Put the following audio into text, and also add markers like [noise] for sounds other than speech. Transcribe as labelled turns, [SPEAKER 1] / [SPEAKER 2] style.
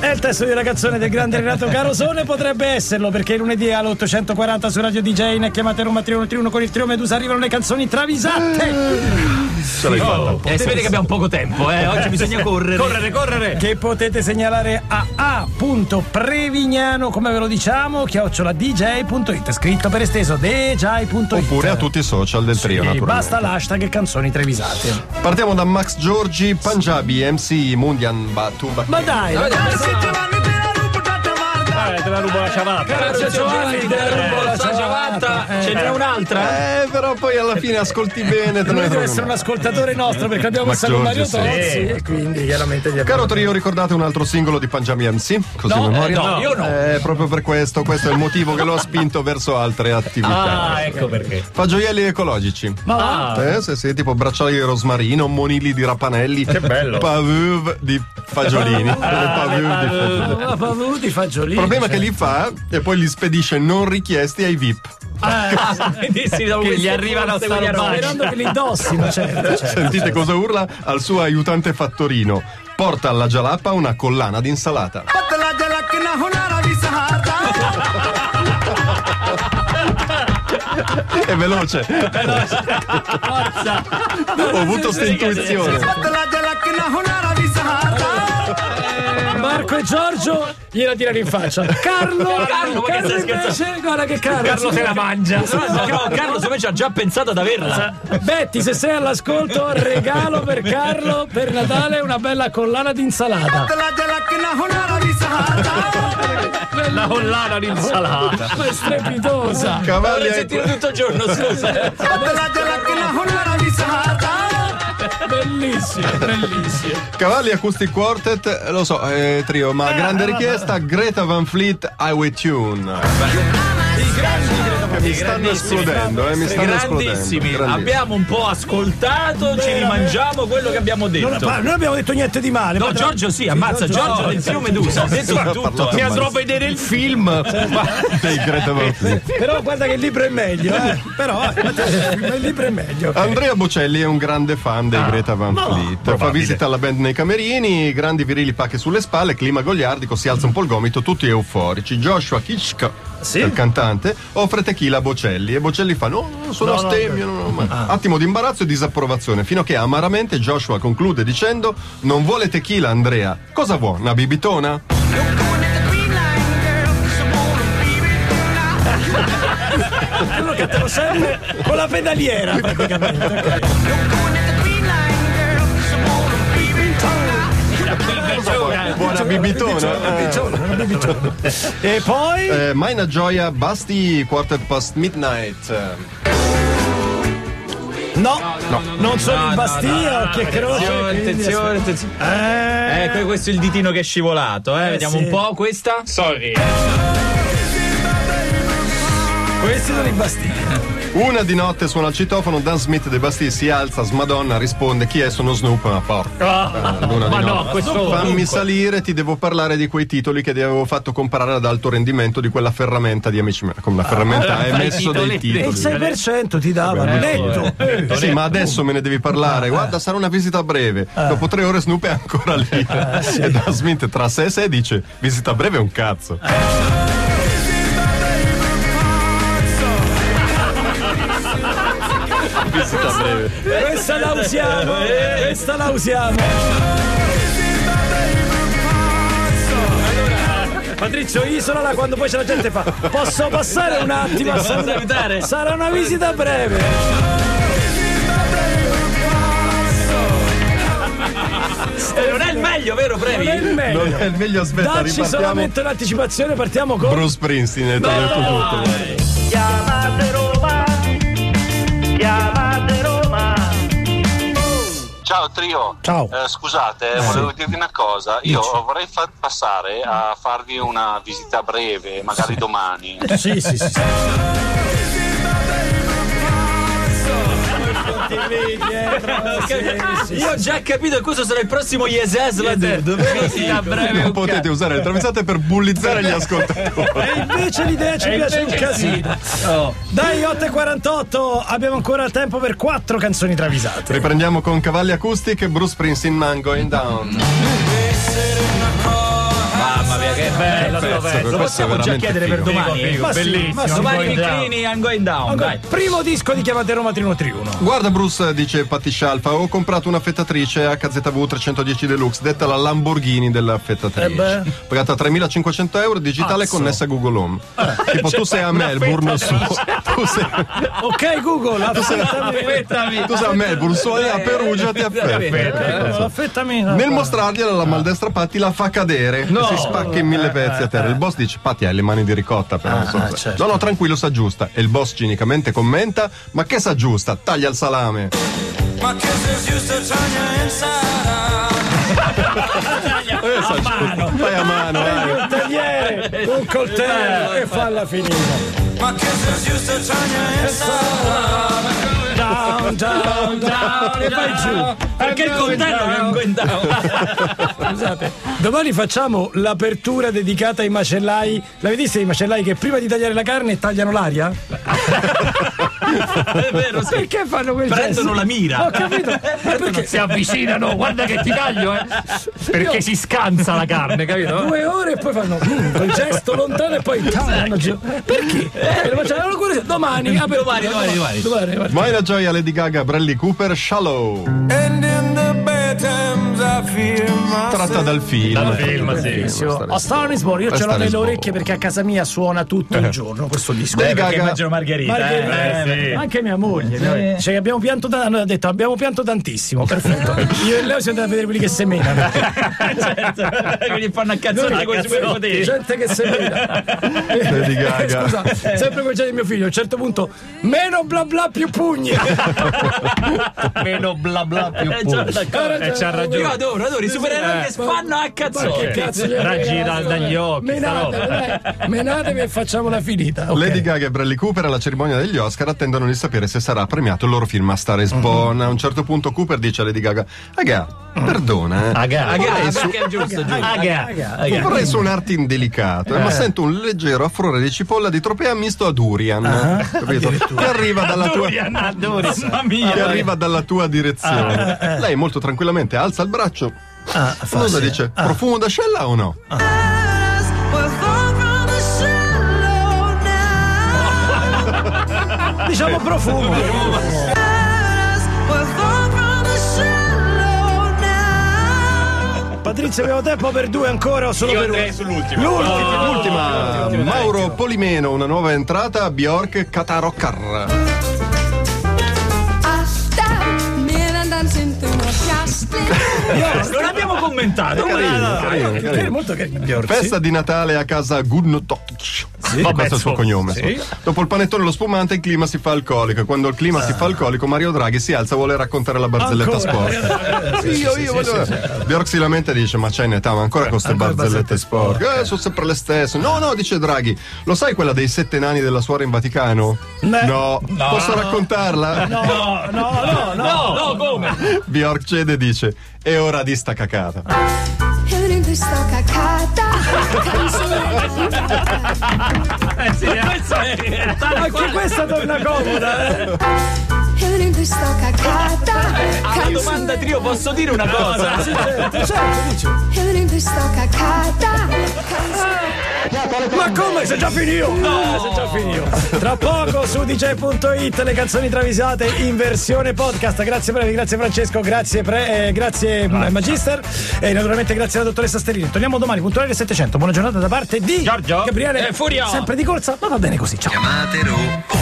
[SPEAKER 1] È il testo di ragazzone del grande Renato Carosone, potrebbe esserlo perché lunedì all'840 su Radio DJ ne chiamate Roma 3131 con il trio Medusa arrivano le canzoni travisate.
[SPEAKER 2] Se l'hai fatta un po'.
[SPEAKER 3] Eh, si vede che abbiamo poco tempo, eh. [laughs] Oggi bisogna correre.
[SPEAKER 2] Correre, correre!
[SPEAKER 1] che potete segnalare a a.prevignano come ve lo diciamo chiocciola dj.it scritto per esteso dj.it
[SPEAKER 2] Oppure a tutti i social del trio,
[SPEAKER 1] e
[SPEAKER 2] naturalmente.
[SPEAKER 1] basta l'hashtag canzoni trevisate
[SPEAKER 2] Partiamo da Max Giorgi, Punjabi, MC, Mundian, Batu, Batu.
[SPEAKER 1] ma dai
[SPEAKER 4] Vabbè, te la rubo la ciabatta.
[SPEAKER 3] Grazie Ah, Giovanni, te la rubo la ciabatta. Ce n'è un'altra?
[SPEAKER 2] Eh, però poi alla fine ascolti bene. te ne
[SPEAKER 1] lui
[SPEAKER 2] trovi
[SPEAKER 1] deve essere un
[SPEAKER 2] una.
[SPEAKER 1] ascoltatore nostro perché abbiamo
[SPEAKER 2] Max
[SPEAKER 1] passato Mario
[SPEAKER 2] Giorgi,
[SPEAKER 1] Tozzi
[SPEAKER 2] sì.
[SPEAKER 1] e quindi chiaramente gli abbiamo
[SPEAKER 2] Caro trio, ricordate un altro singolo di Punjabi MC? Così
[SPEAKER 3] No,
[SPEAKER 2] in memoria?
[SPEAKER 3] eh, no, io no.
[SPEAKER 2] Eh, proprio per questo, questo è il motivo che l'ho spinto [laughs] verso altre attività.
[SPEAKER 4] Ah, ecco perché.
[SPEAKER 2] Fa gioielli ecologici.
[SPEAKER 1] ma va
[SPEAKER 2] Eh, sì, sì, tipo bracciali di rosmarino, monili di rapanelli. Che [laughs]
[SPEAKER 4] bello.
[SPEAKER 2] Pavuv di fagiolini. Delle pavuv di fagiolini.
[SPEAKER 1] Ah, ma pavuti fagiolini
[SPEAKER 2] Il problema è [laughs] che li fa e poi li spedisce non richiesti ai VIP.
[SPEAKER 4] Quindi si da
[SPEAKER 3] Che gli
[SPEAKER 4] queste
[SPEAKER 3] arrivano
[SPEAKER 4] forze, quegli
[SPEAKER 3] Starbucks.
[SPEAKER 4] armadi.
[SPEAKER 1] sperando che li indossino [laughs] certo, certo.
[SPEAKER 2] Sentite cosa urla al suo aiutante fattorino. Porta alla Jalapa una collana di insalata. È veloce. Ho avuto questa intuizione.
[SPEAKER 1] Marco e Giorgio gliela tirano in faccia. Carlo, Carlo,
[SPEAKER 3] Carlo, ma che stai
[SPEAKER 1] invece, guarda che Carlo.
[SPEAKER 3] Carlo se la mangia. No, Carlo secondo me ci ha già pensato ad averla.
[SPEAKER 1] Betty, se sei all'ascolto, regalo per Carlo per Natale una bella collana di insalata.
[SPEAKER 4] La collana di insalata.
[SPEAKER 1] Ma è strepitosa.
[SPEAKER 2] Cavalli
[SPEAKER 3] Vorrei
[SPEAKER 2] ai-
[SPEAKER 3] sentire tutto
[SPEAKER 2] [laughs]
[SPEAKER 3] il giorno, scusa.
[SPEAKER 1] Bellissima, bellissima.
[SPEAKER 2] Cavalli Acoustic Quartet, eh, lo so, eh, trio, ma grande richiesta, Greta Van Fleet, Highway Tune. Che mi stanno esplodendo, eh, mi stanno
[SPEAKER 3] Grandissimi,
[SPEAKER 2] esplodendo.
[SPEAKER 3] abbiamo un po' ascoltato, ci rimangiamo quello che abbiamo detto.
[SPEAKER 1] non abbiamo detto niente di male.
[SPEAKER 3] No, Giorgio sì, ammazza Giorgio del Trio Medusa, ha detto tutto. eh.
[SPEAKER 2] parlato
[SPEAKER 3] Mi
[SPEAKER 2] male.
[SPEAKER 3] andrò
[SPEAKER 4] Andrò a vedere il film.
[SPEAKER 2] Dei Greta Van Fleet.
[SPEAKER 1] Però guarda che il libro è meglio, eh. Però eh, il libro è meglio.
[SPEAKER 2] Andrea Bocelli è un grande fan dei Greta Van Fleet. Fa visita alla band nei camerini, grandi virili pacche sulle spalle, clima goliardico, si alza un po' il gomito, tutti euforici. Joshua Kitschka, il cantante, offre tequila a Bocelli e Bocelli fa: No, sono astemio. no, no, ma-". Attimo di imbarazzo e disapprovazione, fino a che amaramente Joshua conclude dicendo: Non vuole tequila, Andrea. Cosa vuoi? Una bibitona?
[SPEAKER 1] Loro cantano sempre con la [laughs] pedaliera praticamente.
[SPEAKER 2] Cosa vuoi? Vuoi una bibitona?
[SPEAKER 1] E poi
[SPEAKER 2] Eh, Maina Gioia, Basti, Quarter Past Midnight.
[SPEAKER 1] No, non sono in Bastia, che croce.
[SPEAKER 3] Attenzione,
[SPEAKER 1] quindi-
[SPEAKER 3] attenzione, attenzione.
[SPEAKER 1] Eh,
[SPEAKER 3] Ecco, questo è il ditino che è scivolato, eh. Vediamo
[SPEAKER 1] sì.
[SPEAKER 3] un po' questa. Eh,
[SPEAKER 4] Sorry.
[SPEAKER 1] questi sono in Bastia.
[SPEAKER 2] Una di notte suona il citofono, Dan Smith dei Bastille si alza, smadonna, risponde chi è sono Snoop, ma porca. eh, l'una
[SPEAKER 4] Ah, Ma
[SPEAKER 2] di
[SPEAKER 4] no,
[SPEAKER 2] notte.
[SPEAKER 4] questo.
[SPEAKER 2] Fammi salire, ti devo parlare di quei titoli che ti avevo fatto comprare ad alto rendimento di quella ferramenta di amici. miei.
[SPEAKER 4] Ah,
[SPEAKER 2] Con la
[SPEAKER 4] eh,
[SPEAKER 2] ferramenta hai messo dei
[SPEAKER 1] E il
[SPEAKER 2] titoli.
[SPEAKER 1] 6% ti davano, netto. Eh,
[SPEAKER 2] Sì, ma adesso me ne devi
[SPEAKER 4] Eh.
[SPEAKER 2] parlare. Guarda, sarà una visita breve. Dopo tre ore Snoop è ancora lì.
[SPEAKER 4] Eh,
[SPEAKER 2] [laughs] E Dan Smith tra sé e sé dice: Visita breve è un cazzo.
[SPEAKER 4] Eh.
[SPEAKER 2] Visita breve.
[SPEAKER 1] Questa la usiamo, questa la usiamo. Patrizio Isola quando poi c'è la gente fa posso passare un attimo a
[SPEAKER 3] Posso
[SPEAKER 1] salutare?
[SPEAKER 3] salutare?
[SPEAKER 1] Sarà una visita breve.
[SPEAKER 3] Eh, Non è il meglio, vero,
[SPEAKER 1] Non è
[SPEAKER 3] Previ?
[SPEAKER 1] il meglio.
[SPEAKER 2] Non è il meglio aspetta,
[SPEAKER 1] Dacci
[SPEAKER 2] ripartiamo.
[SPEAKER 1] solamente l'anticipazione, partiamo con
[SPEAKER 2] Bruce Springsteen e ti ho detto tutto. guarda.
[SPEAKER 5] Chiamate Roma, chiamate Roma.
[SPEAKER 6] Ciao trio,
[SPEAKER 1] Ciao.
[SPEAKER 6] Eh, scusate, volevo dirvi una cosa, io vorrei far passare a farvi una visita breve, magari domani.
[SPEAKER 1] Sì, sì, sì. sì.
[SPEAKER 3] Io ho già capito che questo sarà il prossimo Yes Yes la Dead. Visita
[SPEAKER 1] Eh,
[SPEAKER 3] breve.
[SPEAKER 2] Non potete usare le traversate per bullizzare gli ascoltatori.
[SPEAKER 1] E invece l'idea ci piace un casino.
[SPEAKER 3] Oh.
[SPEAKER 1] Dai, 8.48, abbiamo ancora tempo per quattro canzoni travisate.
[SPEAKER 2] Riprendiamo con Cavalli Acoustic e Bruce Springsteen Man Going Down.
[SPEAKER 3] Ma Mamma mia, che bello.
[SPEAKER 2] Pezzo,
[SPEAKER 3] pezzo. Eh, Lo
[SPEAKER 2] questo è
[SPEAKER 3] possiamo già
[SPEAKER 2] veramente
[SPEAKER 3] chiedere per
[SPEAKER 2] figo.
[SPEAKER 3] domani?
[SPEAKER 1] Ma sì, ma sì.
[SPEAKER 4] bellissimo.
[SPEAKER 3] Domani
[SPEAKER 4] Going down.
[SPEAKER 3] Miclini, I'm going down.
[SPEAKER 1] Ancora,
[SPEAKER 3] Dai.
[SPEAKER 1] primo disco di Chiamate Roma 3131.
[SPEAKER 2] Guarda Bruce, dice Patti Scialfa, ho comprato una fettatrice HZV 310 Deluxe, detta la Lamborghini della
[SPEAKER 1] Eh
[SPEAKER 2] fettatrice.
[SPEAKER 1] beh.
[SPEAKER 2] Pagata 3500 euro, digitale
[SPEAKER 1] Pazzo. Eh, cioè,
[SPEAKER 2] connessa a Google Home. tipo tu sei a Melbourne, su, tu sei,
[SPEAKER 1] Ok Google, affettamina.
[SPEAKER 2] tu sei a Melbourne, suoni a Perugia, ti affetta.
[SPEAKER 1] Eh, L'affettamina.
[SPEAKER 2] Nel mostrargliela la maldestra Patti la fa cadere e si spacca in mille pezzi a terra. Il boss dice: Patti hai le mani di ricotta, però. non so se-". No, no, tranquillo, s'aggiusta. E il boss cinicamente commenta: Ma che s'aggiusta? Taglia il salame.
[SPEAKER 1] a mano.
[SPEAKER 2] Fai Eh, a mano, dai.
[SPEAKER 1] Un tagliere, un coltello e falla finita. Down, down, down e vai giù.
[SPEAKER 3] Perché il coltello è un going down? [laughs]
[SPEAKER 1] Scusate, domani facciamo l'apertura dedicata ai macellai. L'avete visto i macellai che prima di tagliare la carne tagliano l'aria?
[SPEAKER 3] È vero, sì.
[SPEAKER 1] Perché fanno quel
[SPEAKER 3] Prendono
[SPEAKER 1] gesto?
[SPEAKER 3] la mira.
[SPEAKER 1] Ho [laughs] capito. Ma perché
[SPEAKER 4] Si avvicinano, guarda che ti taglio, eh. Perché si scansa la carne, capito?
[SPEAKER 1] due ore e poi fanno mm, quel gesto lontano e poi tagliano giù. Perché? Eh, lo facciamo allora quello- domani, apertura,
[SPEAKER 3] Domani, domani, domani.
[SPEAKER 1] domani, domani.
[SPEAKER 2] Maina Gioia, Lady Gaga, Bradley Cooper, Shallow. Tratta dal film.
[SPEAKER 4] Dal film, sì.
[SPEAKER 1] A Star is Born, io
[SPEAKER 2] A
[SPEAKER 1] ce l'ho
[SPEAKER 2] Star is
[SPEAKER 1] nelle
[SPEAKER 2] Born.
[SPEAKER 1] orecchie perché a casa mia suona tutto il giorno questo disco.
[SPEAKER 2] Lady
[SPEAKER 3] Perché
[SPEAKER 2] Gaga,
[SPEAKER 3] immagino Margherita.
[SPEAKER 1] Margherita,
[SPEAKER 3] eh.
[SPEAKER 4] eh, sì.
[SPEAKER 1] Anche mia moglie, noi- cioè, abbiamo pianto ta- hanno detto abbiamo pianto tantissimo, perfetto. Io e Leo siamo andati a vedere quelli che semenano.
[SPEAKER 3] [laughs] Certo. Quindi fanno a cazzoni con i suoi poteri.
[SPEAKER 1] Gente che semena.
[SPEAKER 2] Lady
[SPEAKER 1] [laughs]
[SPEAKER 2] Gaga.
[SPEAKER 1] Scusa, sempre quel genere di mio figlio, a un certo punto meno bla bla più pugni.
[SPEAKER 4] Meno bla bla più
[SPEAKER 3] Eh, già,
[SPEAKER 4] puro.
[SPEAKER 3] d'accordo.
[SPEAKER 4] E c'ha
[SPEAKER 3] Io
[SPEAKER 4] ragione.
[SPEAKER 3] adoro, adoro i supereroi che spanno a cazzoni.
[SPEAKER 1] cioè, Che cazzo gli
[SPEAKER 4] Raggi
[SPEAKER 1] frega,
[SPEAKER 4] da- dagli occhi,
[SPEAKER 1] Menate,
[SPEAKER 4] sta
[SPEAKER 1] dai, menatevi e facciamola finita. ok?
[SPEAKER 2] Lady Gaga e Bradley Cooper alla cerimonia degli Oscar attendono di sapere se sarà premiato il loro film A Star is Born. A un certo punto Cooper dice a Lady Gaga: Aga, perdona, eh.
[SPEAKER 4] Aga.
[SPEAKER 3] Ah,
[SPEAKER 2] Vorrei, su-
[SPEAKER 3] perché è Ah, giusto, giusto.
[SPEAKER 4] Aga.
[SPEAKER 2] vorrei suonarti indelicato, eh, ma sento un leggero afflore di cipolla di tropea misto a durian. capito? Che arriva dalla tua.
[SPEAKER 4] Durian, ah, Durian.
[SPEAKER 3] Mamma mia.
[SPEAKER 2] che arriva dalla tua direzione. Lei molto tranquillamente alza il braccio. cosa dice? Profumo d'ascella o no?
[SPEAKER 1] Diciamo profumo. Patrizia, abbiamo tempo per due ancora o solo per uno?
[SPEAKER 4] sull'ultimo.
[SPEAKER 1] L'ultimo. Ah,
[SPEAKER 2] L'ultima, Mauro Polimeno, una nuova entrata, Bjork Katarokkar.
[SPEAKER 3] Non abbiamo commentato.
[SPEAKER 2] Carino, carino,
[SPEAKER 1] Che
[SPEAKER 2] carino.
[SPEAKER 1] molto carino.
[SPEAKER 2] Festa di Natale a casa Gudnotoc.
[SPEAKER 4] Vabbè,
[SPEAKER 2] questo è il suo
[SPEAKER 4] insomma,
[SPEAKER 2] cognome.
[SPEAKER 4] sì.
[SPEAKER 2] insomma. Dopo il panettone e lo spumante, il clima si fa alcolico. E quando il clima si fa alcolico, Mario Draghi si alza e vuole raccontare la barzelletta sporca. io, io voglio. Bjork si lamenta e dice: Ma c'è in età, ma ancora con queste barzellette sporche. Eh, sono sempre le stesse. No, no, dice Draghi. Lo sai quella dei sette nani della suora in Vaticano?
[SPEAKER 1] Ne-
[SPEAKER 2] No. Posso raccontarla?
[SPEAKER 1] No, no, no, no.
[SPEAKER 3] No, Ah, no, come?
[SPEAKER 2] [laughs] Bjork cede e dice: È ora di sta cacata.
[SPEAKER 1] Anche questa torna comoda. eh.
[SPEAKER 3] Alla domanda trio posso dire una cosa?
[SPEAKER 1] Certo, dice. Ma come? Se già finito! No, se già finito! Tra poco su DJ.it le canzoni travisate in versione podcast. Grazie Previ, grazie Francesco, grazie, Pre- eh, grazie eh, Magister e naturalmente grazie alla dottoressa Sterini. Torniamo domani, puntuale alle 700. Buona giornata da parte di
[SPEAKER 4] Giorgio
[SPEAKER 1] Gabriele
[SPEAKER 3] e Furio.
[SPEAKER 1] Sempre di corsa, ma va bene così. Ciao.
[SPEAKER 7] Chiamate Ru